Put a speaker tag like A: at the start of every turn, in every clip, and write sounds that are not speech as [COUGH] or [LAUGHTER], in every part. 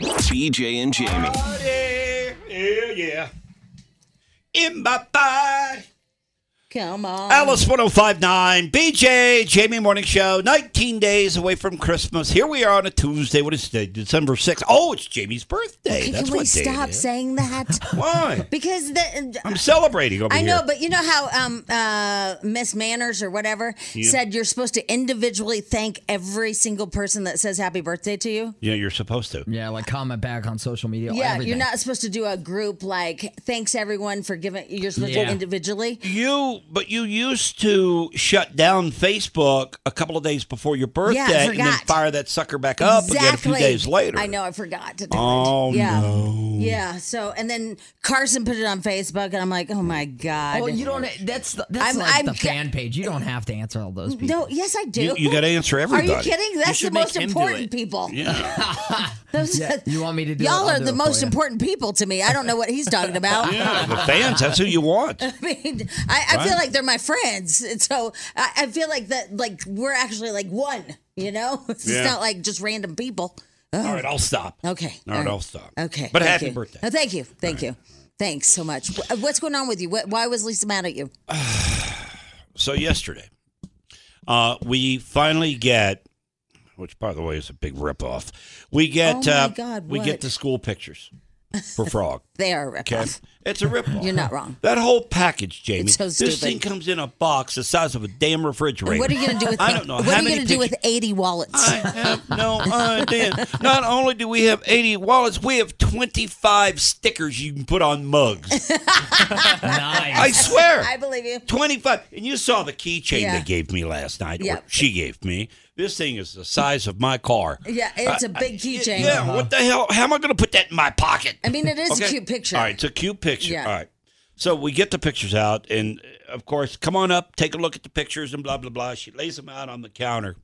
A: BJ and Jamie.
B: Yeah, yeah, yeah. In my body.
C: Come on.
B: Alice 1059, BJ, Jamie Morning Show, 19 days away from Christmas. Here we are on a Tuesday. What is today? December 6th. Oh, it's Jamie's birthday.
C: Can,
B: That's
C: we
B: what day it
C: stop
B: is.
C: saying
B: [LAUGHS]
C: that?
B: Why?
C: because the,
B: I'm celebrating over
C: I
B: here.
C: know, but you know how um, uh, Miss Manners or whatever said you're supposed to individually thank every single person that says happy birthday to you?
B: Yeah, you're supposed to.
D: Yeah, like comment back on social
B: Oh,
D: media.
C: Yeah,
D: everything.
C: you're not supposed to do a group like thanks everyone for giving. You're supposed
D: Yeah.
C: to individually.
B: You, but you used to shut down Facebook a couple of days before your birthday and then
C: forgot.
B: fire that sucker back up again a few days later.
C: I know. I forgot to do
B: Oh,
C: it. Yeah.
B: no.
C: Yeah. So and then Carson put it on Facebook, and I'm like, oh my god.
D: Well, you don't. That's the, that's
C: I'm-
D: like
C: I'm
D: the
C: g-
D: fan page. You don't have to answer all [LAUGHS] those people.
C: No. Yes, I do.
B: You, you got to answer
C: Are
B: everybody.
C: you kidding? That's the
A: should
C: most
A: make him do
C: important
A: it.
C: people.
B: Yeah.
C: [LAUGHS] Those,
D: Yeah, you want me to do it?
C: Y'all
D: I'll
C: are
D: do
C: the
D: it for
C: most
D: you. [LAUGHS]
C: important people to me. I don't know what he's talking about.
B: [LAUGHS] Yeah, the fans, that's who you
C: [LAUGHS]
B: want.
C: I mean, I, I feel like they're my friends, and so I, I feel like that, like we're actually like one. You know, [LAUGHS] it's
B: Yeah.
C: not like just random people.
B: All right, I'll stop.
C: Okay.
B: All right,
C: all right.
B: I'll stop.
C: Okay,
B: But
C: thank
B: happy
C: you.
B: birthday.
C: Oh, thank you, thank you, thanks so much. Wh- uh, What's going on with you? What, why was Lisa mad at you?
B: So yesterday, uh, we finally get, which by the way is a big ripoff. We get,
C: Oh, my
B: uh,
C: God,
B: we get
C: what?
B: the
C: [LAUGHS]
B: school pictures for Frog.
C: They are a
B: Okay,
C: ripoff.
B: it's a ripoff.
C: You're not wrong.
B: That whole package, Jamie.
C: It's so
B: This
C: stupid.
B: thing comes in a box the size of a damn refrigerator.
C: What are you
B: [LAUGHS]
C: going to do with?
B: I don't know.
C: What
B: How
C: are you
B: many
C: going to do with
B: pictures-
C: eighty wallets?
B: I have no idea. Not only do we have 80 wallets, we have 25 stickers you can put
C: [LAUGHS]
B: on mugs. I
D: Nice.
B: swear.
C: I believe you.
B: 25. And you saw the keychain
C: Yeah.
B: they gave me last night, or
C: Yeah.
B: she gave me. This thing is the size of my car.
C: Yeah, it's a big keychain.
B: Yeah, what the hell? How am I going to put that in my pocket?
C: I mean, it is a
B: Okay.
C: cute picture.
B: All right, it's a cute picture.
C: Yeah.
B: All right. So we get the pictures out, and uh, of course, come on up, take a look at the pictures, and blah, blah, blah. She lays them out on the counter.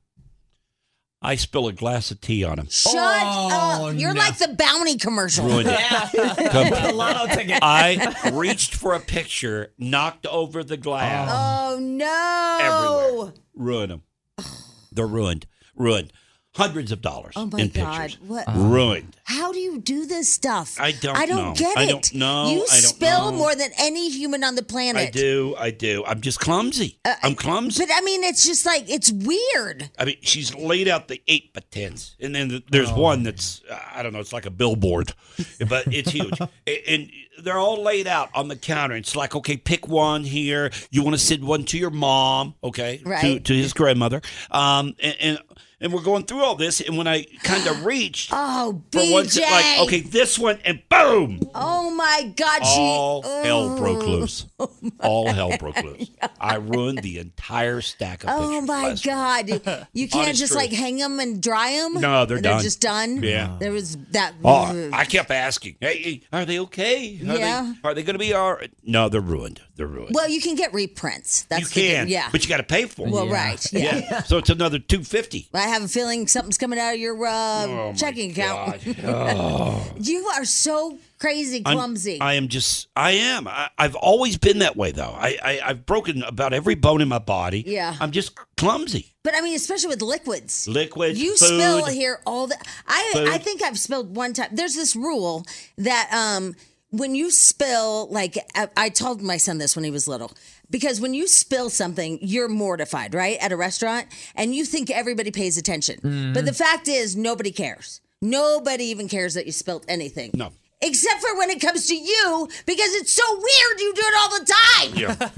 B: I spill a glass of
C: [LAUGHS]
B: tea on him.
C: Shut
D: Oh,
C: up. You're
D: no.
C: like the bounty commercial.
B: Ruined it.
D: The lotto ticket.
B: I reached for a picture, knocked over the glass.
C: Oh no. Oh.
B: everywhere. Ruin them. They're ruined. Ruined. Hundreds of dollars
C: Oh my
B: in
C: god.
B: pictures.
C: What
B: Ruined.
C: how do you do this stuff?
B: I don't
C: I don't
B: know.
C: get it.
B: I don't know.
C: You
B: I don't
C: spill
B: know.
C: more than any human on the planet.
B: I do. I do. I'm just clumsy. I'm clumsy.
C: Uh, But I mean it's just like it's weird.
B: I mean, she's laid out the eight by tens, and then th- there's one that's uh, I don't know. It's like a billboard, but
C: [LAUGHS]
B: it's huge, A- and they're all laid out on the counter. It's like, okay, pick one here. You want to send one to your mom, okay, to,
C: Right.
B: to his grandmother, um, and, and and we're going through all this, and when I kind of reached
C: Oh
B: for
C: BJ.
B: one, si- like okay, this one, and boom,
C: Oh my god, she oh,
B: all hell broke
C: Ooh. [LAUGHS]
B: loose. all hell broke loose. I ruined the entire stack of
C: Oh
B: pictures
C: my
B: last
C: God!
B: [LAUGHS]
C: You can't
B: Honest
C: just
B: truth.
C: like hang them and dry them.
B: No, they're done.
C: just done.
B: Yeah.
C: there was that.
B: Oh, I kept asking, "Hey, are they okay? Are
C: Yeah.
B: They, are they going to be all right? No, they're ruined. They're ruined.
C: well, you can get reprints. That's
B: you
C: the good-
B: can,
C: yeah.
B: but you got to pay for them.
C: well, right. Yeah.
B: [LAUGHS] so it's another two fifty.
C: I have a feeling something's coming out of your uh,
B: Oh
C: checking account. [LAUGHS] You are so crazy clumsy.
B: I am just. I am. I, I've always been that way, though. I, I I've broken about every bone in my body.
C: Yeah.
B: I'm just clumsy.
C: but I mean, especially with liquids.
B: Liquids,
C: You
B: food.
C: spill here all the. I I
B: Food.
C: think I've spilled one time. There's this rule that um when you spill like I, I told my son this when he was little because when you spill something you're mortified
B: Mm-hmm.
C: right at a restaurant and you think everybody pays attention but the fact is nobody cares Nobody even cares that you spilled anything.
B: No.
C: Except for when it comes to you, because it's so weird you do it all the time.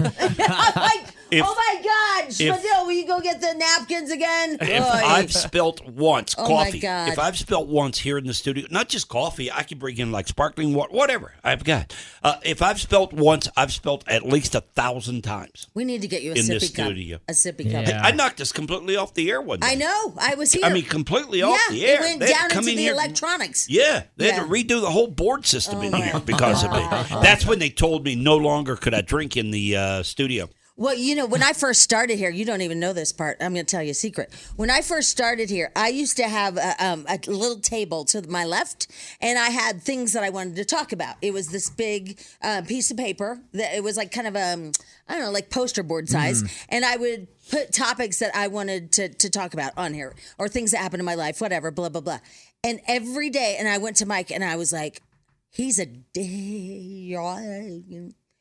B: Yeah.
C: [LAUGHS] I'm like,
B: If-
C: oh my God,
B: if-
C: Spadil, will you go get the napkins again?
B: If
C: Oy.
B: I've spilt once
C: Oh, my
B: coffee,
C: God.
B: if I've spilt once here in the studio, not just coffee, I could bring in like sparkling water, whatever I've got. Uh, if I've spilt once, I've spilt at least a thousand times.
C: we need to get you a
B: in the
C: sippy cup.
B: studio.
C: A sippy cup.
D: Yeah.
B: I knocked us completely off the air one day.
C: I know. I was here.
B: I mean, completely
C: yeah,
B: off the air.
C: It went
B: They had to
C: down
B: come
C: into
B: in
C: the
B: here-
C: electronics.
B: Yeah, they
C: Yeah.
B: had to redo the whole board system in
C: Oh,
B: here
C: my
B: because
C: [LAUGHS]
B: of me. That's when they told me no longer could I drink in the uh, studio.
C: Well, you know, when I first started here, you don't even know this part. I'm going to tell you a secret. When I first started here, I used to have a, um, a little table to my left, and I had things that I wanted to talk about. It was this big uh, piece of paper that it was like kind of um, I don't know, like poster board size, and I would put topics that I wanted to to talk about on here or things that happened in my life, whatever, blah blah blah. And every day, and I went to Mike, and I was like, "He's a day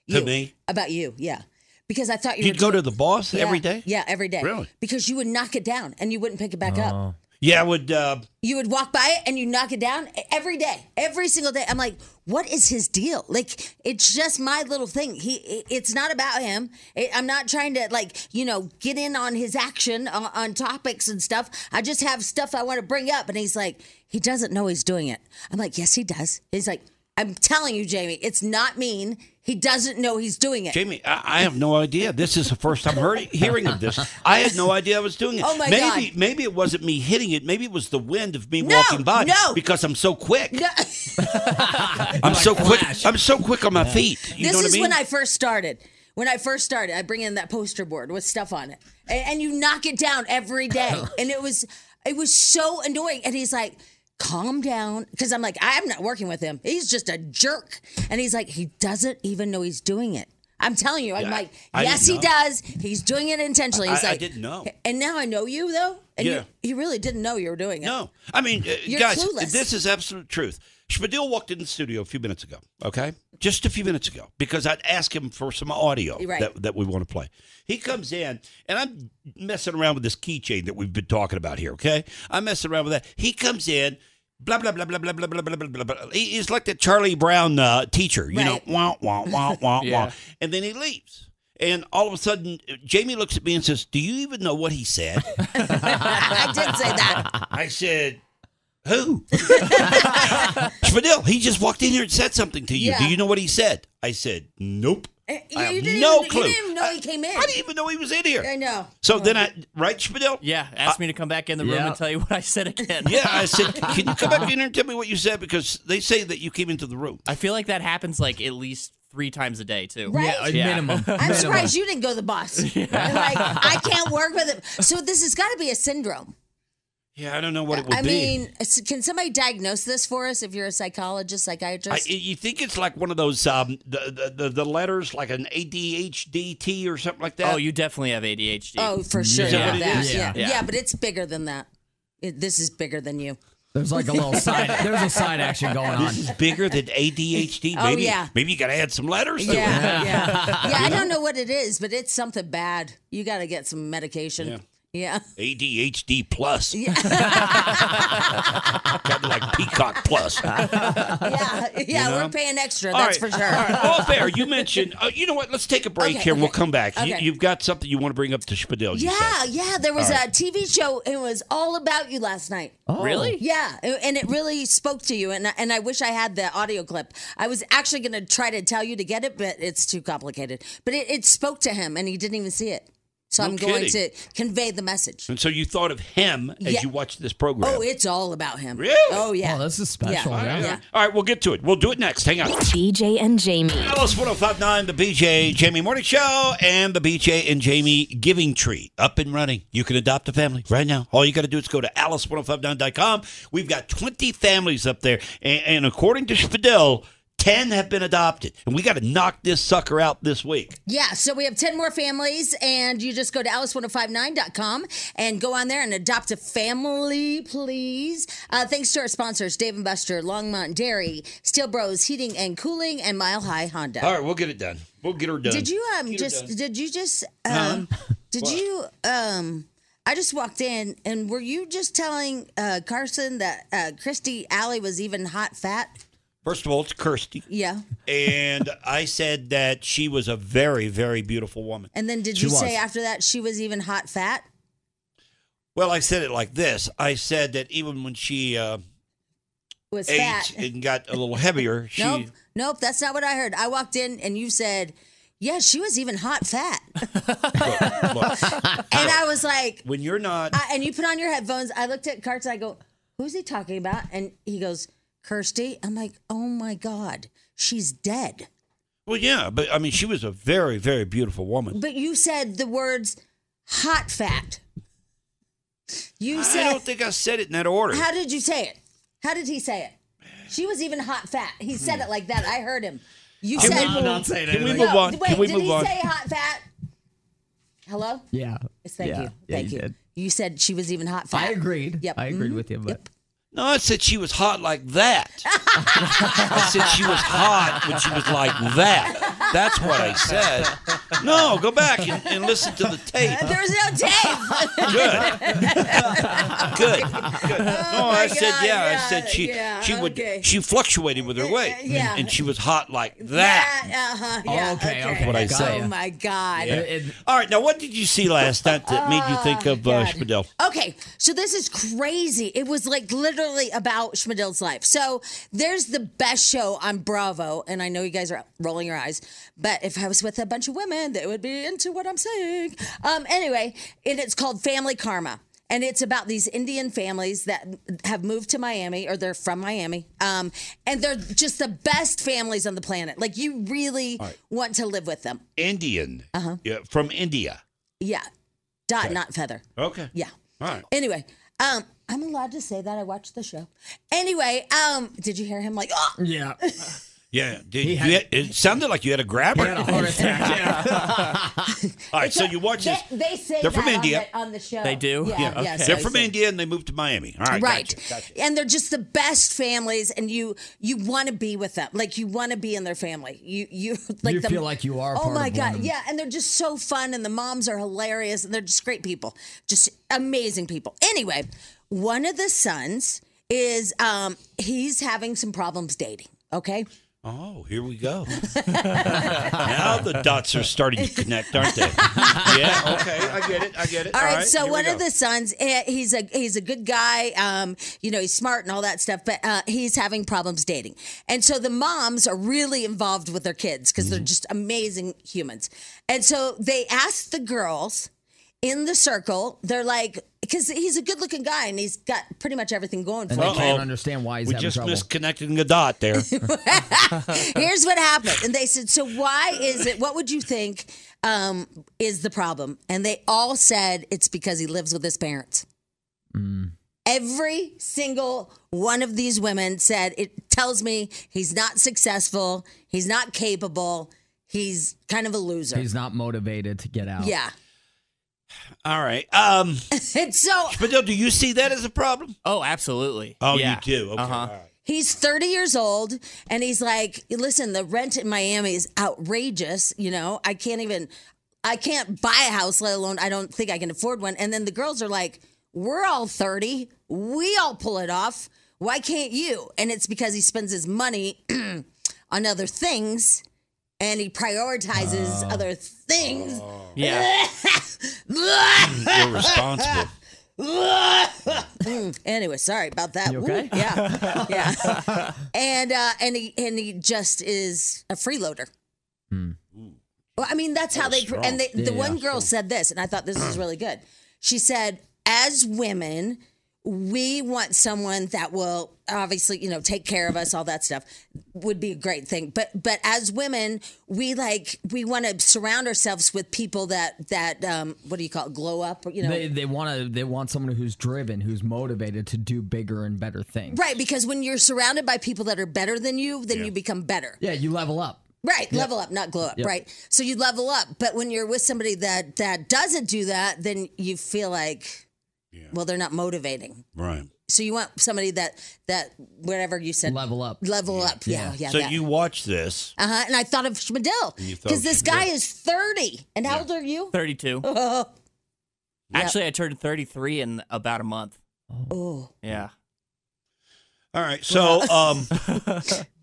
B: To me?
C: about you, yeah." Because I thought you
B: You'd
C: were
B: go to the boss
C: yeah,
B: every day?
C: Yeah, every day.
B: Really?
C: Because you would knock it down and you wouldn't pick it back up.
B: Yeah, I would. Uh,
C: You would walk by it and you knock it down e-, every day, every single day. I'm like, what is his deal? Like, it's just my little thing. He, it's not about him. It, I'm not trying to like, you know, get in on his action on, on topics and stuff. I just have stuff I want to bring up, and he's like, he doesn't know he's doing it. I'm like, yes, he does. He's like, I'm telling you, Jamie, it's not mean. He doesn't know he's doing [LAUGHS] it.
B: Jamie, I, I have no idea. This is the first time heard, hearing
C: [LAUGHS]
B: of this. I had no idea I was doing it.
C: Oh, my
B: maybe,
C: God.
B: Maybe it wasn't me hitting it. Maybe it was the wind of me
C: No,
B: walking by.
C: no.
B: Because I'm so quick.
C: No.
B: I'm so quick.
D: flash.
B: I'm so quick on my feet. You
C: this
B: know what
C: is
B: I mean?
C: when I first started. When I first started, I bring in that poster board with stuff on it, A- and, you knock it down every
B: [LAUGHS]
C: day, and it was it was so annoying. And he's like, "Calm down," because I'm like, "I'm not working with him. He's just a jerk," and he's like, "He doesn't even know he's doing it." I'm telling you, I'm
B: Yeah,
C: like,
B: I didn't
C: "Yes, he
B: know.
C: does. He's doing it intentionally." He's
B: I- I
C: like,
B: didn't know.
C: and now I know you though, and
B: Yeah.
C: you, you really didn't know you were doing it.
B: No, I mean, uh,
C: You're
B: guys,
C: clueless.
B: this is absolute truth. Spadil walked in the studio a few minutes ago. Okay, just a few minutes ago, because I'd asked him for some audio
C: Right.
B: that, that we want to play. He comes in, and I'm messing around with this keychain that we've been talking about here. Okay, I'm messing around with that. He comes in. Blah blah blah blah blah blah blah blah blah blah. blah. He- He's like the Charlie Brown uh, teacher, you
C: Right.
B: know. Wah wah wah
C: [LAUGHS]
B: wah
E: Yeah.
B: wah. And then he leaves, and all of a sudden, Jamie looks at me and says, "Do you even know what he said?"
C: [LAUGHS] I did say
B: [LAUGHS]
C: that.
B: I said, "Who?" [LAUGHS] Spadil. He just walked in here and said something to you.
C: Yeah.
B: Do you know what he said? I said, "Nope."
C: You,
B: I have
C: Eh, you didn't
B: no
C: even,
B: clue.
C: You didn't even know he came in.
B: I didn't even know he was in here.
C: I know.
B: So then I, right, Spadil?
E: Yeah, asked me to come back in the room
D: Yeah.
E: and tell you [LAUGHS] what I said again.
B: Yeah, I
E: [LAUGHS]
B: said, "Can you come back in here and tell me what you said?" Because they say that you came into the room.
E: I feel like that happens like at least three times a day too.
C: Right?
D: Yeah,
E: [LAUGHS]
D: minimum.
C: I'm surprised you didn't go to the boss. Like, I can't work with it. So this has got to be a syndrome.
B: Yeah, I don't know what it would
C: I
B: be.
C: mean, s- can somebody diagnose this for us if you're a psychologist,
B: I,
C: psychiatrist?
B: you think it's like one of those um, the, the the the letters like an ADHDT or something like that?
E: Oh, you definitely have ADHD.
C: oh, for sure.
D: Is that
C: Yeah.
D: what it
C: that,
D: is?
C: yeah.
E: Yeah.
C: Yeah, but it's bigger than that. It, this is bigger than you.
D: [LAUGHS] There's like a little side. There's a side action going on.
B: this is bigger than ADHD.
C: [LAUGHS] Oh,
B: maybe
C: yeah.
B: maybe you got to add some letters.
C: Yeah,
B: to it.
C: yeah, yeah. I don't know what it is, but it's something bad. You got to get some medication. Yeah.
B: [LAUGHS] ADHD plus. [LAUGHS] kind of like Peacock
C: [LAUGHS]
B: plus.
C: Yeah. Yeah. We're paying extra. that's for sure.
B: All right. All fair. You mentioned. Uh, you know what? Let's take a break
C: Okay,
B: here. We'll
C: okay.
B: come back. You,
C: Okay.
B: you've got something you want to bring up to Spadil. you
C: Yeah,
B: said.
C: yeah. There was a TV show. It was all about you last night.
B: Oh.
E: really?
C: Yeah, a- and it really spoke to you. And I- and I wish I had the audio clip. I was actually going to try to tell you to get it, but it's too complicated. But it, it spoke to him, and he didn't even see it. So
B: No
C: I'm going
B: kidding.
C: to convey the message.
B: And so you thought of him as
C: Yeah.
B: you watched this program.
C: Oh, it's all about him.
B: Really?
C: Oh yeah.
D: Oh, this is special.
C: Yeah.
D: Yeah.
C: Yeah.
B: All right, we'll get to it. We'll do it next. Hang on.
F: BJ and Jamie.
B: Alice 1059, the BJ Jamie Morning Show, and the BJ and Jamie Giving Tree up and running. You can adopt a family right now. All you got to do is go to alice1059.com. We've got 20 families up there, and, and according to Fidel, 10 have been adopted. And we got to knock this sucker out this week.
C: Yeah, so we have 10 more families, and you just go to alice1059.com and go on there and adopt a family, please. Uh, thanks to our sponsors, Dave & Buster, Longmont Dairy, Steel Bros Heating and Cooling, and Mile High Honda.
B: All right, we'll get it done. We'll get her done.
C: Did you um just did you just um did you um I just walked in, and were you just telling uh, Carson that uh, Christy Alley was even hot fat?
B: First of all, it's Kirsty.
C: Yeah.
B: And I said that she was a very, very beautiful woman.
C: And then did
D: She
C: you
D: was.
C: say after that she was even hot fat?
B: Well, I said it like this I said that even when she uh,
C: Was fat?
B: ate and got a
C: [LAUGHS]
B: little heavier, she.
C: nope. Nope. That's not what I heard. I walked in, and you said. Yeah, she was even hot
B: [LAUGHS]
C: fat. and
B: Look, look,
C: I was like,
B: when you're not.
C: I, and you put on your headphones. I looked at Kurtz. I go, "Who's he talking about?" And he goes, "Kirsty." I'm like, "Oh my god, she's dead."
B: Well, yeah, but I mean, she was a very, very beautiful woman.
C: But you said the words "hot fat." You
B: I
C: said,
B: don't think I said it in that order.
C: "How did you say it? How did he say it?" She was even hot fat. He said it like that. I heard him. You said,
D: I'm not saying
B: Can we
D: anything.
B: move
C: No,
B: on?
C: Wait,
B: Can we
C: did
B: move
C: he
B: on?
C: say hot fat? Hello.
D: Yeah.
C: Yes, Thank
D: Yeah.
C: you.
D: Yeah,
C: Thank you.
D: did.
C: You said she was even hot fat.
D: I agreed.
C: Yep.
D: I agreed
C: Mhm.
D: with you, but
B: No, I said she was hot like
C: [LAUGHS]
B: that. I said she was hot when she was like that. That's what I said. No, go back and, and listen to the tape.
C: There was
D: [LAUGHS]
C: no tape.
B: Good.
C: [LAUGHS]
B: Good. Good. no, I said
C: Oh God,
B: yeah,
C: yeah,
B: I said she
C: yeah,
B: she would
C: okay. Uh,
B: she fluctuated with her weight.
C: yeah.
B: And she was hot like that.
C: Yeah, uh-huh, yeah,
D: okay, okay.
B: What I
D: Got
B: say.
D: ya.
C: Oh my God.
D: It- it-
B: All right, now what did you see last night that made you think of uh,
C: Oh, God.
B: Spadell?
C: Okay, so this is crazy. It was like literally about Schmidl's life. So there's the best show on Bravo, and I know you guys are rolling your eyes, but if I was with a bunch of women, they would be into what I'm saying. Um, anyway, and it's called Family Karma. And it's about these Indian families that have moved to Miami or they're from Miami. Um, and they're just the best families on the planet. Like, you really want to live with them.
B: Indian. Uh-huh. Yeah, from India.
C: Yeah. Dot, not feather.
B: Okay.
C: Yeah.
B: All right.
C: Anyway, um, I'm allowed to say that I watched the show. Anyway, um, did you hear him like, oh,
D: yeah.
B: [LAUGHS] Yeah, did, you had- it sounded like you had a grabber.
D: Had a heart
B: [LAUGHS]
D: attack. Yeah.
B: All right, so you watch
C: they,
B: this.
C: they say
B: They're from
C: that on
B: India.
C: the- on the show.
E: They do?
C: Yeah,
E: Yeah,
C: yeah,
E: okay.
C: so
B: They're
C: I
B: from
C: said-
B: India and they moved to Miami. All right,
C: Right.
B: gotcha, gotcha.
C: And they're just the best families and you you want to be with them. Like you want to be in their family. You you [LAUGHS] like
D: You
C: the,
D: feel like you are
C: Oh
D: part
C: my
D: of
C: god.
D: one.
C: Yeah, and they're just so fun and the moms are hilarious and they're just great people. Just amazing people. Anyway, one of the sons is um he's having some problems dating, okay?
B: Oh, here we go. [LAUGHS] now the dots are starting to connect, aren't [LAUGHS] they? yeah. Okay, I get it. I get it.
C: All right, so one of the sons, eh, he's a he's a good guy. Um, you know, he's smart and all that stuff, but uh, he's having problems dating, and so the moms are really involved with their kids because they're just amazing humans, and so they ask the girls in the circle, they're like, because he's a good looking guy and he's got pretty much everything going for
D: And
C: him.
D: they
B: Uh-oh.
D: can't understand why he's
B: we
D: having
B: just
D: trouble.
B: missed connecting a
C: [LAUGHS]
B: dot there.
C: Here's what happened. And they said, So why is it, what would you think um, is the problem? And they all said it's because he lives with his parents.
D: Mm.
C: Every single one of these women said, It tells me he's not successful, he's not capable, he's kind of a loser.
D: He's not motivated to get out.
C: yeah. [LAUGHS]
B: All right. Um,
C: And so
B: Spadil, do you see that as a problem?
E: Oh, absolutely.
B: Oh,
E: yeah.
B: you do. Okay.
E: Uh-huh.
B: all right.
C: He's 30 years old and he's like, listen, the rent in Miami is outrageous. You know, I can't even, I can't buy a house, let alone, I don't think I can afford one. And then the girls are like, we're all 30. We all pull it off. Why can't you? And it's because he spends his money [CLEARS THROAT] on other things and he prioritizes other things.
E: Yeah.
C: [LAUGHS]
B: You're responsible.
C: [LAUGHS] Anyway, sorry about that.
D: You
C: Ooh,
D: okay?
C: yeah,
D: [LAUGHS]
C: yeah. and uh, and he and he just is a freeloader.
D: Hmm.
C: Well, I mean, that's how they and they, the one girl said this, and I thought this
D: [CLEARS THROAT]
C: was really good. She said, "As women, we want someone that will obviously, you know, take care of us, all that stuff would be a great thing. But but as women, we like we want to surround ourselves with people that that um, what do you call it, glow up? You know,
D: They, they want to. They want someone who's driven, who's motivated to do bigger and better things.
C: Right, because when you're surrounded by people that are better than you, then you become better.
D: Yeah, you level up.
C: Right, level up, not glow up. Right, so you level up. But when you're with somebody that that doesn't do that, then you feel like, well, they're not motivating.
B: [LAUGHS] Right.
C: So you want somebody that that whatever you said,
D: Level up.
C: level up. Yeah, yeah.
B: so you watch this.
C: uh huh. And I thought of Schmidl
B: You thought
C: because
B: of
C: this
B: Schmidl.
C: [LAUGHS] Oh, guy is thirty. And how old are you?
E: 32. Actually, I turned 33 in about a month.
C: Oh,
E: Yeah.
B: All right. So, um,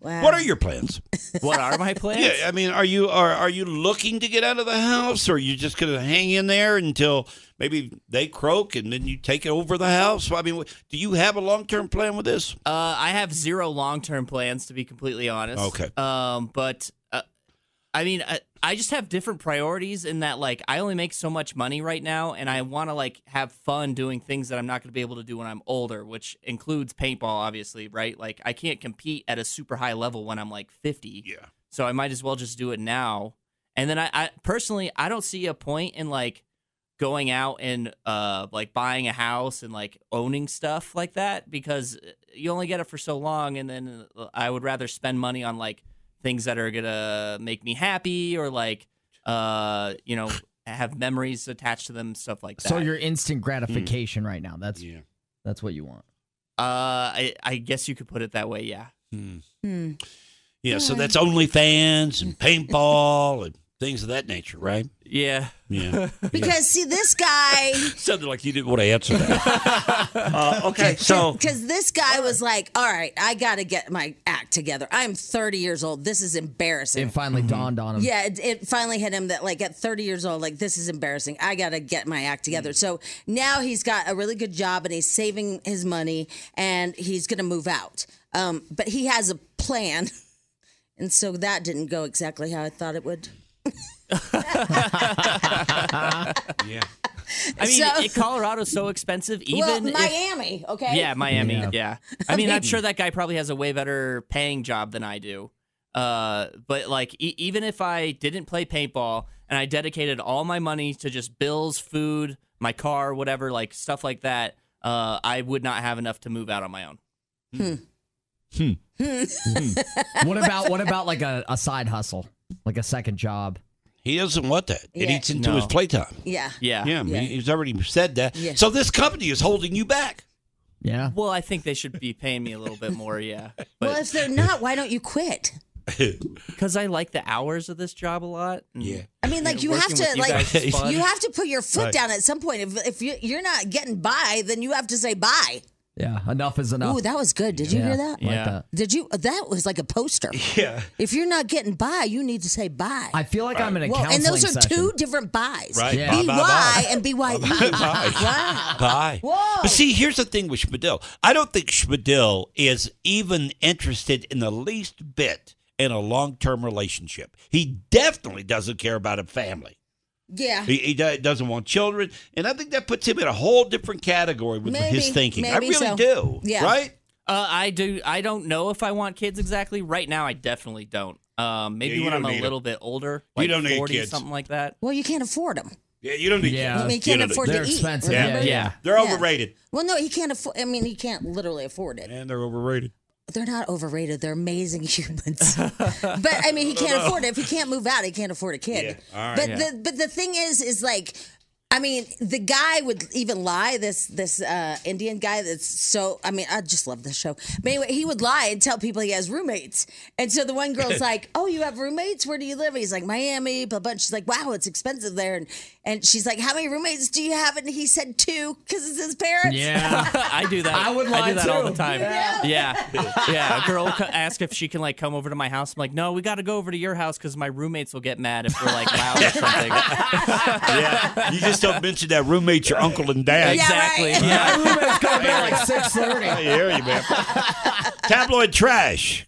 C: wow.
B: what are your plans?
E: What are my
B: [LAUGHS]
E: plans?
B: Yeah, I mean, are you are are you looking to get out of the house, or are you just going to hang in there until maybe they croak and then you take over the house? I mean, wh- do you have a long term plan with this?
E: Uh, I have zero long term plans, to be completely honest.
B: Okay.
E: Um, but uh, I mean, I, I just have different priorities in that, like, I only make so much money right now, and I want to like have fun doing things that I'm not going to be able to do when I'm older, which includes paintball, obviously, right? Like, I can't compete at a super high level when I'm like 50.
B: Yeah.
E: So I might as well just do it now. And then I, I personally, I don't see a point in like going out and uh like buying a house and like owning stuff like that because uh, you only get it for so long and then uh, I would rather spend money on like things that are going to make me happy or like uh you know have memories attached to them stuff like that.
D: So your instant gratification right now. That's that's what you want.
E: uh I, I guess you could put it that way, yeah.
B: Yeah. So that's OnlyFans and paintball and things of that nature, right?
E: [LAUGHS] Yeah.
B: Yeah.
C: Because see, this guy,
B: [LAUGHS] Sounded like you didn't want to answer that. uh, okay. So.
C: because this guy was like, "All right, I got to get my act together. I'm 30 years old. This is embarrassing."
D: It finally dawned on him.
C: yeah, it, it finally hit him that like at 30 years old, like this is embarrassing. I got to get my act together.
E: Mm.
C: So now he's got a really good job and he's saving his money and he's going to move out. Um, but he has a plan. [LAUGHS] And so that didn't go exactly how I thought it would.
B: Yeah.
E: I mean,
C: [LAUGHS] So-
E: it- Colorado's so expensive even
C: well,
E: if-
C: Miami, okay?
E: Yeah, Miami. Yeah. I mean, I'm sure that guy probably has a way better paying job than I do. Uh, but like, e- even if I didn't play paintball and I dedicated all my money to just bills, food, my car, whatever, like stuff like that, uh, I would not have enough to move out on my own.
C: [LAUGHS]
D: What about what about like a, a side hustle, like a second job?
B: He doesn't want that. It
C: Yeah.
B: eats into his
E: No.
B: playtime.
C: Yeah.
E: Yeah.
B: Yeah,
C: Yeah.
B: He, he's already said that.
C: Yeah.
B: So this company is holding you back. [LAUGHS]
D: Yeah.
E: Well, I think they should be paying me a little bit
C: [LAUGHS]
E: more. Yeah.
C: Well,
E: But
C: if they're not, why don't you quit?
E: because I like the hours of this job a lot. and-
C: I mean, like you have
E: working
C: to,
E: with you
C: like
E: guys is
C: [LAUGHS]
E: fun.
C: you have to put your foot
B: Right.
C: down at some point. If, if you, you're not getting by, then you have to say bye.
D: Yeah. Enough is
B: Oh.
D: enough.
C: Ooh, that was good. Did you
D: yeah.
C: hear that?
D: Like
E: Yeah.
D: that.
C: Did you? That was like a poster.
B: Yeah.
C: If you're not getting by, you need to say bye.
D: I feel like I'm in a
C: Well, and
D: counseling
C: those are
D: session.
C: two different buys.
B: Right.
D: Yeah.
C: BY
B: Bye, bye, bye.
C: and BY. wow.
B: Bye.
C: [LAUGHS] Whoa.
B: But see, here's the thing with Schmidl. I don't think Schmidl is even interested in the least bit in a long term relationship. He definitely doesn't care about a family.
C: Yeah.
B: He, he do- doesn't want children. And I think that puts him in a whole different category with
C: Maybe.
B: his thinking. I
C: Maybe
B: really
C: so.
B: do.
C: Yeah.
B: Right?
E: Uh, I do. I don't know if I want kids exactly right now. I definitely don't. Um, maybe
B: Yeah, you
E: when
B: don't
E: I'm a
B: need 'em.
E: little bit older,
B: You
E: like
B: don't need
E: 40,
B: kids.
E: something like that.
C: Well, you can't afford them.
B: Yeah, you don't need
D: Yeah.
C: I mean, he
B: You
C: can't
B: don't need-
C: afford
D: They're
C: to
D: expensive.
C: eat.
D: Yeah.
C: remember?
E: Yeah.
B: They're
C: Yeah.
B: overrated.
C: Well, no, he can't afford. I mean, he can't literally afford it.
B: And they're overrated.
C: They're not overrated. They're amazing [LAUGHS]
B: [LAUGHS]
C: humans. but I mean, he can't afford it. If he can't move out, he can't afford a kid.
B: Oh, Yeah. All right.
C: But the but the thing is, is like. I mean, the guy would even lie. This this uh, Indian guy that's so. I mean, I just love this show. But anyway, he would lie and tell people he has roommates. And so the one
B: [LAUGHS]
C: girl's like, "Oh, you have roommates? Where do you live?" And he's like, "Miami." Blah blah. And she's like, "Wow, it's expensive there." And and she's like, "How many roommates do you have?" And he said two because it's his parents.
D: [LAUGHS] Yeah.
E: [LAUGHS] I do that.
D: I would
E: I
D: lie,
E: do that all the
D: too.
E: time. Yeah.
B: [LAUGHS]
E: Yeah. A girl will co- ask if she can like come over to my house. I'm like, no, we got to go over to your house because my roommates will get mad if we're like loud or something.
B: [LAUGHS] [LAUGHS]
E: [LAUGHS]
B: yeah. You just don't mention that roommate's your uncle and dad.
C: Yeah,
E: exactly.
C: right.
E: Yeah.
D: My roommate's going to bed at like six thirty.
B: I hear
C: [LAUGHS]
B: you, man. Tabloid trash.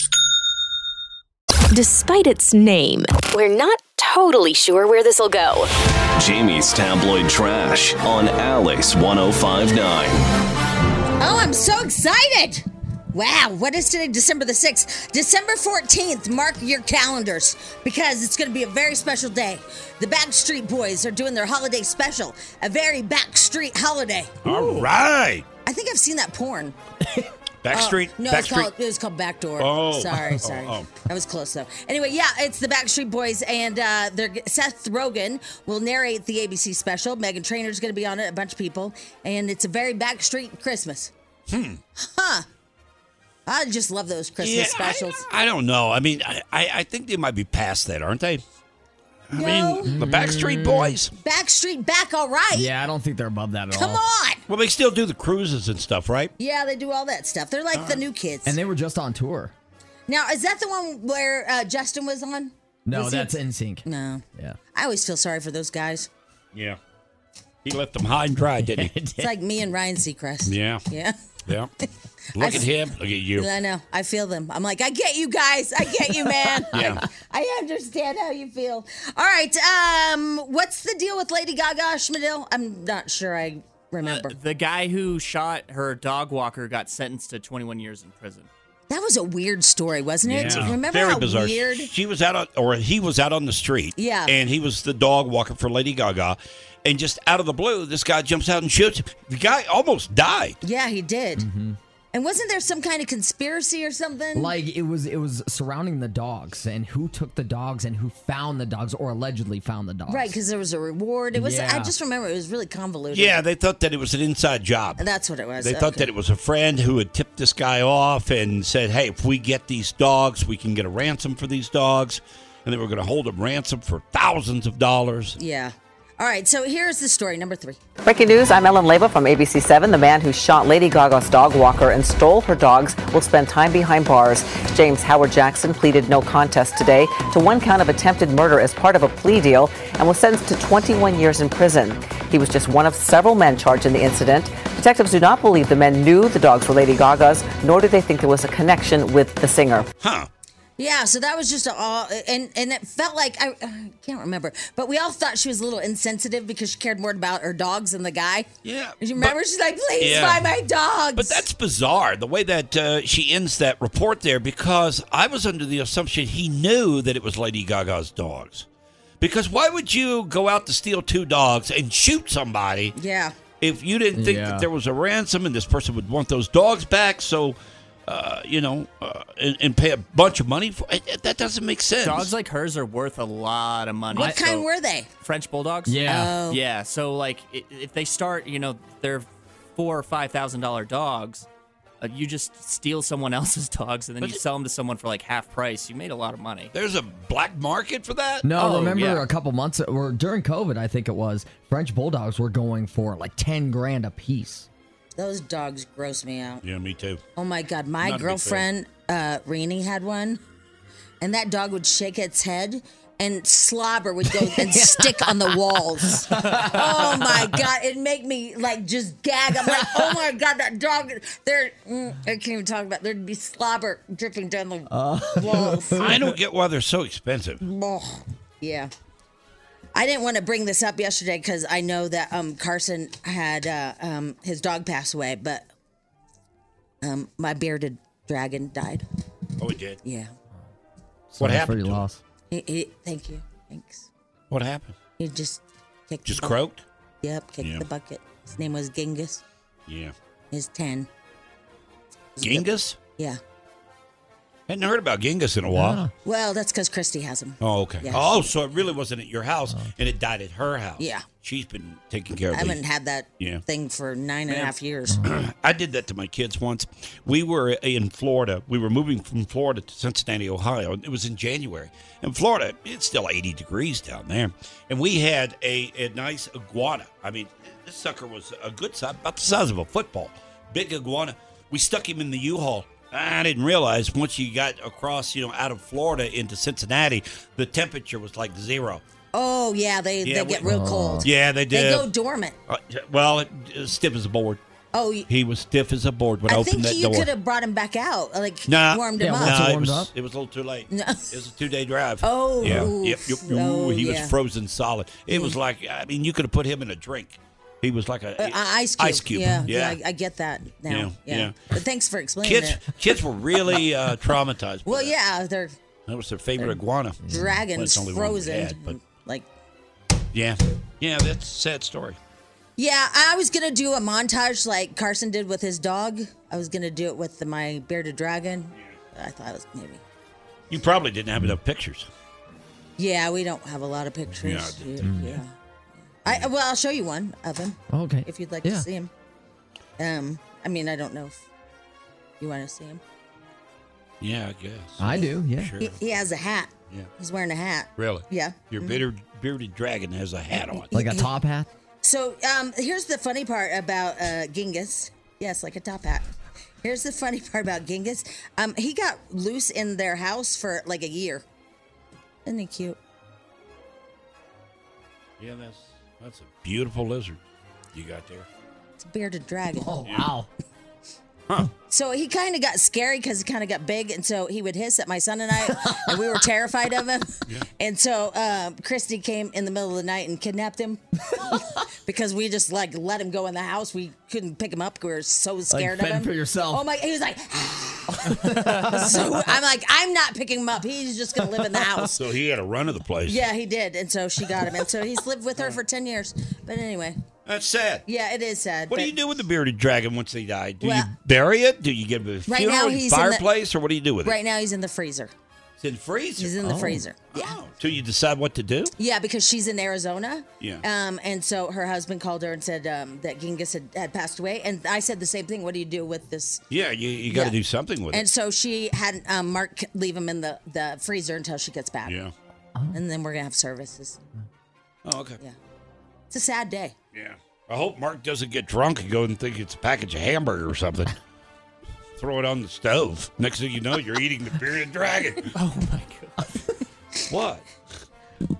A: Despite its name, we're not totally sure where this will go.
G: Jamie's tabloid trash on oh Alex 1059.
C: Oh, I'm so excited! Wow, what is today? December the 6th. December 14th, mark your calendars because it's going to be a very special day. The Backstreet Boys are doing their holiday special, a very backstreet holiday.
B: All right.
C: I think I've seen that porn.
B: Backstreet.
C: Oh, Uh, No,
B: Backstreet.
C: it's called it was called Backdoor.
B: Oh.
C: sorry,
B: Oh,
C: sorry,
B: [LAUGHS] oh.
C: that was close though. Anyway, yeah, it's the Backstreet Boys, and uh, they're Seth Rogen will narrate the ABC special. Megan Trainor's going to be on it, a bunch of people, and it's a very Backstreet Christmas. Hmm. Huh. I just love those Christmas
B: Yeah, I-
C: E specials.
B: I, don't know. I mean, I, I I think they might be past that, aren't they? I
C: No.
B: mean, the Backstreet Boys.
C: Backstreet back, all right.
D: Yeah, I don't think they're above that at
C: Come
D: all.
C: on.
B: Well, they still do the cruises and stuff, right?
C: Yeah, they do all that stuff. They're like
B: Uh-huh.
C: the new kids.
D: And they were just on tour.
C: now, is that the one where uh, Justin was on?
D: No,
C: Was he-
D: that's in sync.
C: No.
D: Yeah.
C: I always feel sorry for those guys.
B: Yeah. He left them high and dry, didn't [LAUGHS] he?
D: [LAUGHS]
C: It's like me and Ryan Seacrest.
B: yeah.
C: Yeah. [LAUGHS]
B: Yeah. Look at him. Look at you.
C: I know. I feel them. I'm like, I get you guys. I get you, man.
B: [LAUGHS] Yeah.
C: [LAUGHS] I understand how you feel. All right. Um, what's the deal with Lady Gaga Schmidl? I'm not sure I remember.
E: The guy who shot her dog walker got sentenced to 21 years in prison.
C: that was a weird story, wasn't it? Remember
B: Very
C: how
B: bizarre.
C: weird?
B: She was out on, or he was out on the street.
C: Yeah.
B: And he was the dog walking for Lady Gaga, and just out of the blue, this guy jumps out and shoots him. The guy almost died.
C: Yeah, he did.
B: Mm-hmm.
C: And wasn't there some kind of conspiracy or something?
D: Like it was it was surrounding the dogs and who took the dogs and who found the dogs or allegedly found the dogs.
C: right, because there was a reward. It was. I
D: Yeah.
C: just remember it was really convoluted.
B: Yeah, they thought that it was an inside job.
C: That's what it was.
B: They thought that it was a friend who had tipped this guy off and said, "Hey, if we get these dogs, we can get a ransom for these dogs." And they were going to hold them ransom for thousands of dollars.
C: Yeah. All right. So here's the story number three.
H: Breaking news, I'm Ellen Laba from ABC7. The man who shot Lady Gaga's dog walker and stole her dogs will spend time behind bars. James Howard Jackson pleaded no contest today to one count of attempted murder as part of a plea deal and was sentenced to 21 years in prison. He was just one of several men charged in the incident. Detectives do not believe the men knew the dogs were Lady Gaga's, nor do they think there was a connection with the singer.
B: Huh?
C: Yeah, so that was just a all, and and it felt like I, I can't remember, but we all thought she was a little insensitive because she cared more about her dogs than the guy.
B: Yeah,
C: you remember
B: but-
C: she's like, "Please
B: Yeah.
C: buy my dogs."
B: But that's bizarre the way that uh, she ends that report there because I was under the assumption he knew that it was Lady Gaga's dogs. Because why would you go out to steal two dogs and shoot somebody
C: yeah,
B: if you didn't think
D: Yeah.
B: that there was a ransom and this person would want those dogs back? So uh, you know, uh, and, and pay a bunch of money for it, it- that doesn't make [LAUGHS] sense.
E: Dogs like hers are worth a lot of money.
C: What kind
E: so-
C: were they?
E: French bulldogs.
C: Yeah. Oh.
E: Yeah. So like, i- if they start, you know, they're four or five thousand dollar dogs. Uh, you just steal someone [LAUGHS] else's dogs and then you sell them to someone for like half price. You made a lot of money.
B: There's a black market for that.
D: No, remember a couple months or during COVID, I think it was French bulldogs were going for like ten grand a piece.
C: Those dogs gross me out.
B: Yeah, me too.
C: Oh my god, my
D: Not a big fan.
C: girlfriend uh Renee had one, and that dog would shake its head. And slobber would
D: [LAUGHS]
C: go and stick on the walls. Oh my god! It'd make me like just gag. I'm like, oh my god, that dog. There, mm, I can't even talk about. There'd be slobber dripping down the walls.
B: I don't get why they're so expensive.
C: Oh, yeah. I didn't want to bring this up yesterday because I know that um, Carson had uh, um, his dog pass away, but um, my bearded dragon died.
B: Oh, it did.
C: Yeah.
B: What
D: Sorry for
B: happened?
D: your loss?
C: He- he- thank you. Thanks.
B: What happened?
C: He just kicked.
B: Just
C: the bucket.
B: croaked?
C: Yep, kicked
B: Yeah.
C: the bucket. His name was Genghis.
B: Yeah.
C: He's ten.
B: Genghis?
C: Yeah.
B: Hadn't heard about Genghis in a while.
C: Well, that's because Christy has him.
B: Oh, okay.
C: Yeah.
B: Oh, so it really wasn't at your house, and it died at her house.
C: Yeah.
B: She's been taking care
C: I
B: of
C: haven't
B: these.
C: had that
B: Yeah.
C: thing for nine and a
B: Man.
C: half
B: [CLEARS THROAT]
C: years.
B: I did that to my kids once. We were in Florida. We were moving from Florida to Cincinnati, Ohio. and It was in January. In Florida, it's still 80 degrees down there. And we had a, a nice iguana. I mean, this sucker was a good size, about the size of a football. Big iguana. We stuck him in the U-Haul. I didn't realize once you got across, you know, out of Florida into Cincinnati, the temperature was like zero.
C: Oh yeah, they
B: Yeah,
C: they get
B: we-
C: real cold.
B: Yeah, they
C: They
B: did.
C: go dormant.
B: Uh, well, it, uh, stiff as a board.
C: Oh, y-
B: He was stiff as a board when I,
C: I
B: opened
C: think
B: that
C: you
B: door.
C: could have brought him back out, like
B: Nah.
C: warmed him
B: Nah,
C: up.
B: it, was, it was a little
C: [LAUGHS]
B: too late. It was a two day drive.
C: Oh,
B: yeah.
C: oof.
B: Yep, yep.
C: Oh,
B: Ooh, he
C: yeah. Mm.
B: was frozen solid. It was like, I mean, you could have put him in a drink. He was like a
C: Uh, I- ice cube. Yeah, yeah. I, I get that now. Yeah,
B: Yeah, yeah.
C: But thanks for explaining
B: kids,
C: it.
B: kids
C: [LAUGHS]
B: were really uh, traumatized.
C: Well, yeah, they're
B: That was their favorite iguana.
C: dragons
B: Well, it's the only one we
C: frozen,
B: had, but
C: like.
B: Yeah. Yeah, that's a sad story.
C: Yeah, I was gonna do a montage like Carson did with his dog. I was gonna do it with the, my bearded dragon. I thought it was maybe.
B: You probably didn't have enough pictures.
C: Yeah, we don't have a lot of pictures.
B: Yeah, I didn't Mm.
C: yeah. I well, I'll show you one of him.
D: Oh, Okay.
C: if you'd like to
D: Yeah.
C: see him. Um, I mean, I don't know if you want to see him.
B: Yeah, I guess.
D: I do, yeah.
B: Sure.
C: He, he has a hat.
B: Yeah.
C: He's wearing a hat.
B: Really?
C: Yeah.
B: Your
C: Mhm.
B: bearded, bearded dragon has a hat on.
D: Like a top hat.
C: So um, here's the funny part about uh, Genghis. Yes, like a top hat. Here's the funny [LAUGHS] part about Genghis. Um, he got loose in their house for like a year. Isn't he cute?
B: Yeah, that's that's a beautiful lizard you got there.
C: It's a bearded dragon.
D: Oh wow.
C: So he kind of got scary because he kind of got big, and so he would hiss at my son and I, and we were terrified of
B: [LAUGHS]
C: him. And so um, Christy came in the middle of the night and kidnapped him [LAUGHS] because we just like let him go in the house. We couldn't pick him up. We were so scared of
D: fend
C: him.
D: for yourself.
C: Oh my! He was like. "Ah."
D: [LAUGHS]
C: so I'm like, I'm not picking him up. He's just gonna live in the house.
B: So he had a run of the place.
C: Yeah, he did, and so she got him, and so he's lived with her for ten years. But anyway,
B: That's sad.
C: yeah, it is sad.
B: What do
C: but-
B: you do with the bearded dragon once they die? Do you
C: Well-
B: bury it? Do you give it a
C: Right
B: funeral
C: now
B: and
C: he's in the-
B: fireplace, or what do you do with
C: Right
B: it?
C: now, he's in the freezer.
B: It's in the freezer.
C: He's in
D: Oh.
C: the freezer. Yeah.
B: Till Oh, you decide what to do.
C: Yeah, because she's in Arizona.
B: Yeah.
C: Um, and so her husband called her and said um, that Genghis had, had passed away. And I said the same thing. What do you do with this?
B: Yeah, you, you got to
C: Yeah.
B: do something with
C: And
B: it.
C: so she had um, Mark leave him in the, the freezer until she gets back.
B: Yeah.
C: And then we're going to have services.
B: Oh, okay.
C: Yeah. It's a sad day.
B: Yeah. I hope Mark doesn't get drunk and go and think it's a package of hamburger
C: [LAUGHS]
B: or something. Throw it on the stove. Next thing you know, you're eating the bearded dragon.
C: [LAUGHS]
B: Oh my god. what?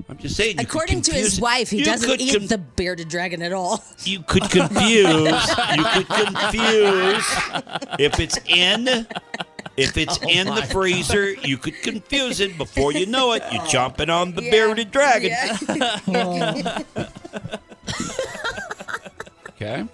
B: I'm just saying. you could
C: According to his
B: confuse-
C: wife, he
B: you
C: doesn't
B: could
C: eat
B: con-
C: the bearded dragon at all.
B: You could confuse. you
C: [LAUGHS]
B: could confuse if it's in. If it's
C: Oh
B: in
C: my
B: the
C: God.
B: freezer, you could confuse it. Before you know it, you're chomping on the bearded dragon.
C: Yeah.
B: Okay.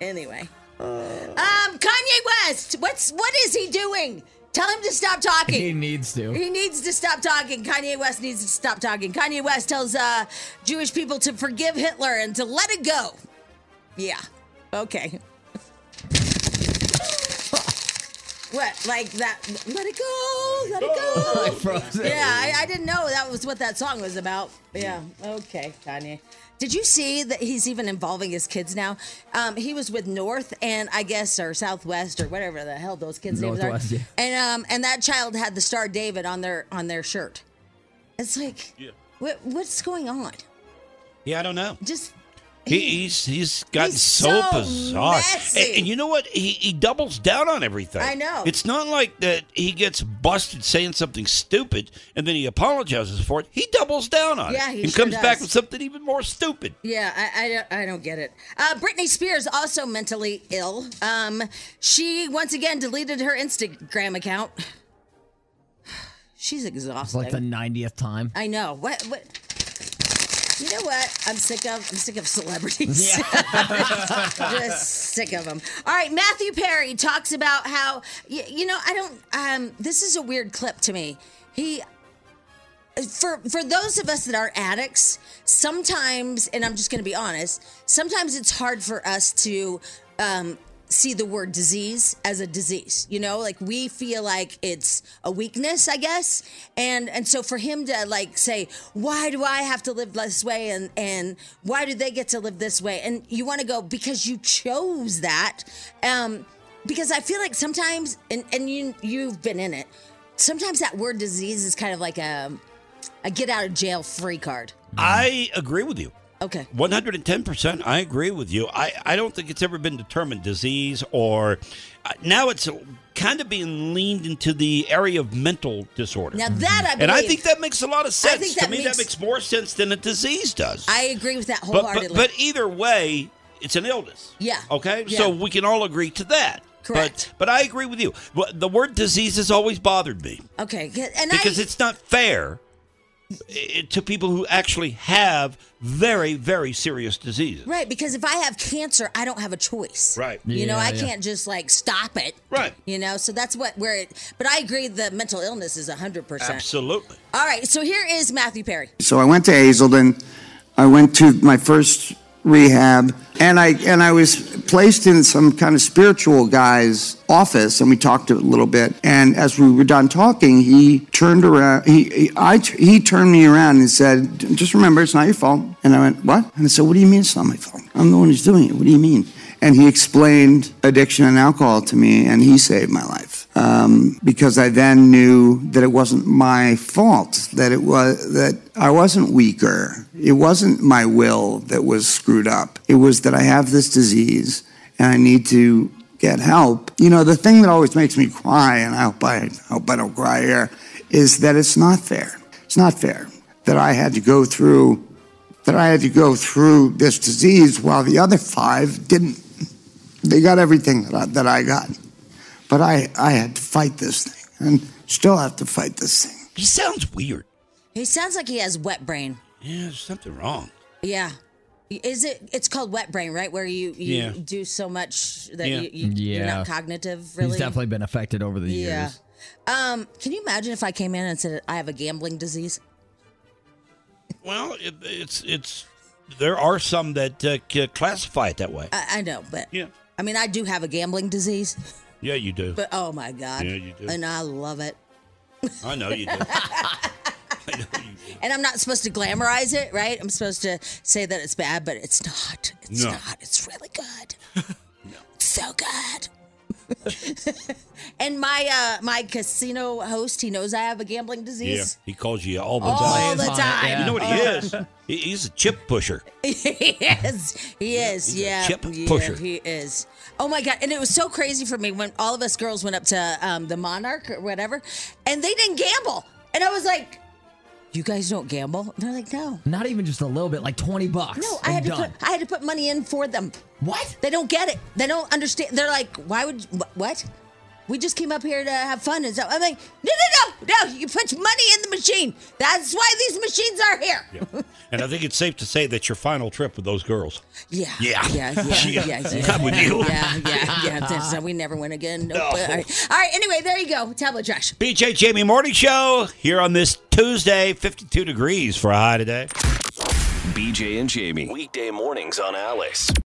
C: anyway. Um, Kanye West, what's what is he doing? Tell him to stop talking.
D: [LAUGHS] He needs to.
C: He needs to stop talking. Kanye West needs to stop talking. Kanye West tells uh, Jewish people to forgive Hitler and to let it go. Yeah. Okay. What? Like that? Let it go. Let it go. [LAUGHS]
D: Like Frozen.
C: Yeah, I, I didn't know that was what that song was about. Yeah. Okay, Kanye. Did you see that he's even involving his kids now? Um, he was with North and I guess or Southwest or whatever the hell those kids'
D: Northwest,
C: names are.
D: yeah.
C: And um, and that child had the star David on their on their shirt. It's like,
B: Yeah.
C: what, what's going on?
B: Yeah, I don't know.
C: Just
B: He, he's he's gotten
C: He's
B: so,
C: so
B: bizarre,
C: messy.
B: And, and you know what? He, he doubles down on everything.
C: I know.
B: It's not like that. He gets busted saying something stupid, and then he apologizes for it. He doubles down on
C: Yeah,
B: it.
C: he
B: and
C: sure
B: comes back
C: does.
B: with something even more stupid.
C: Yeah, I, I, don't, I don't get it. Uh, Britney Spears also mentally ill. Um, she once again deleted her Instagram account. [SIGHS] She's
D: It's
C: exhausted.
D: like the 90th time.
C: I know. What? What? You know what? I'm sick of. I'm sick of celebrities. [LAUGHS]
D: [LAUGHS]
C: Just sick of them. All right, Matthew Perry talks about how you, you know I don't. Um, this is a weird clip to me. He. For for those of us that are addicts, sometimes, and I'm just going to be honest, sometimes it's hard for us to um, see the word disease as a disease. You know, like we feel like it's a weakness, I guess. And and so for him to like say, why do I have to live this way and and why do they get to live this way? And you want to go because you chose that. Um because I feel like sometimes and and you you've been in it. Sometimes that word disease is kind of like um, a a get out of jail free card.
B: I agree with you.
C: Okay.
B: 110% i agree with you I, I don't think it's ever been determined disease or uh, now it's kind of being leaned into the area of mental disorder
C: Now that I believe,
B: and i think that makes a lot of sense
C: think
B: to
C: that
B: me
C: makes-
B: that makes more sense than a disease does
C: I agree with that
B: but,
C: wholeheartedly.
B: but, but either way it's an illness
C: Yeah.
B: okay
C: Yeah.
B: so we can all agree to that
C: Correct.
B: but, but i agree with you But the word disease has always bothered me
C: okay, and
B: because
C: I
B: it's not fair eh, to people who actually have very very serious diseases
C: Right, because if I have cancer, I don't have a choice.
B: Right.
C: You know,
D: Yeah,
C: I
D: yeah.
C: can't just like stop it.
B: Right.
C: You know, so that's what where it. But I agree, the mental illness is hundred percent.
B: Absolutely.
C: All right, so here is Matthew Perry.
I: So I went to Hazelden. I went to my first rehab, and I and I was placed in some kind of spiritual guy's office, and we talked a little bit. And as we were done talking, he turned around. He he, I, he turned me around and said, "Just remember, it's not your fault." And I went, "What?" And I said, "What do you mean it's not my fault? I'm the one who's doing it. What do you mean?" And he explained addiction and alcohol to me, and he saved my life um, because I then knew that it wasn't my fault that it was that I wasn't weaker. It wasn't my will that was screwed up. It was that I have this disease and I need to get help. You know, the thing that always makes me cry, and I hope I hope I don't cry here, is that it's not fair. It's not fair that I had to go through that I had to go through this disease while the other five didn't. They got everything that I, that I got. But I, I had to fight this thing and still have to fight this thing.
B: He sounds weird.
C: He sounds like he has wet brain.
B: Yeah, there's something wrong.
C: Yeah. Is it? It's called wet brain, right? Where you, you
B: Yeah.
C: do so much that
B: Yeah.
C: you, you you're
D: Yeah.
C: not cognitive. Really.
D: He's definitely been affected over the
C: Yeah.
D: years.
C: Um. Can you imagine if I came in and said I have a gambling disease?
B: Well, it, it's it's there are some that uh, c- classify it that way.
C: I, I know, but
B: yeah,
C: I mean, I do have a gambling disease.
B: yeah, you do.
C: But oh my god.
B: Yeah, you do.
C: And I love it.
B: I know
C: [LAUGHS]
B: you do. I know you do.
C: And I'm not supposed to glamorize it, right? I'm supposed to say that it's bad, but it's not. It's
B: No.
C: not. It's really
B: [LAUGHS]
C: good. It's so good. [LAUGHS] and my uh my casino host, he knows I have a gambling
B: Yeah,
C: disease.
B: he calls you all the
C: All
B: time.
C: the
D: Plans on it,
C: time.
D: yeah.
B: You know what he is? He, he's a chip pusher.
C: [LAUGHS] he is. He is.
B: he's a
C: Yeah.
B: chip
C: yeah,
B: pusher.
C: He is. Oh my god! And it was so crazy for me when all of us girls went up to um, the Monarch or whatever, and they didn't gamble, and I was like, "You guys don't gamble?" And they're like, "No."
D: Not even just a little bit, like 20 bucks.
C: No, I
D: and
C: had to
D: done.
C: put I had to put money in for them.
D: What?
C: They don't get it. They don't understand. They're like, why would wh- what? We just came up here to have fun and stuff. I'm like, no, no, no, no. You put money in the machine. That's why these machines are here. Yeah,
B: And I think it's safe to say that your final trip with those girls.
C: yeah,
B: Yeah.
C: yeah,
B: [LAUGHS]
C: yeah, yeah. yeah.
B: Come with you.
C: Yeah, yeah,
B: [LAUGHS]
C: yeah. This- we never win again. Nope. All, right. All right, Anyway, there you go. Tablet trash.
B: BJ Jamie Morning Show here on this Tuesday, 52 degrees for a high today.
G: BJ and Jamie. Weekday mornings on Alice.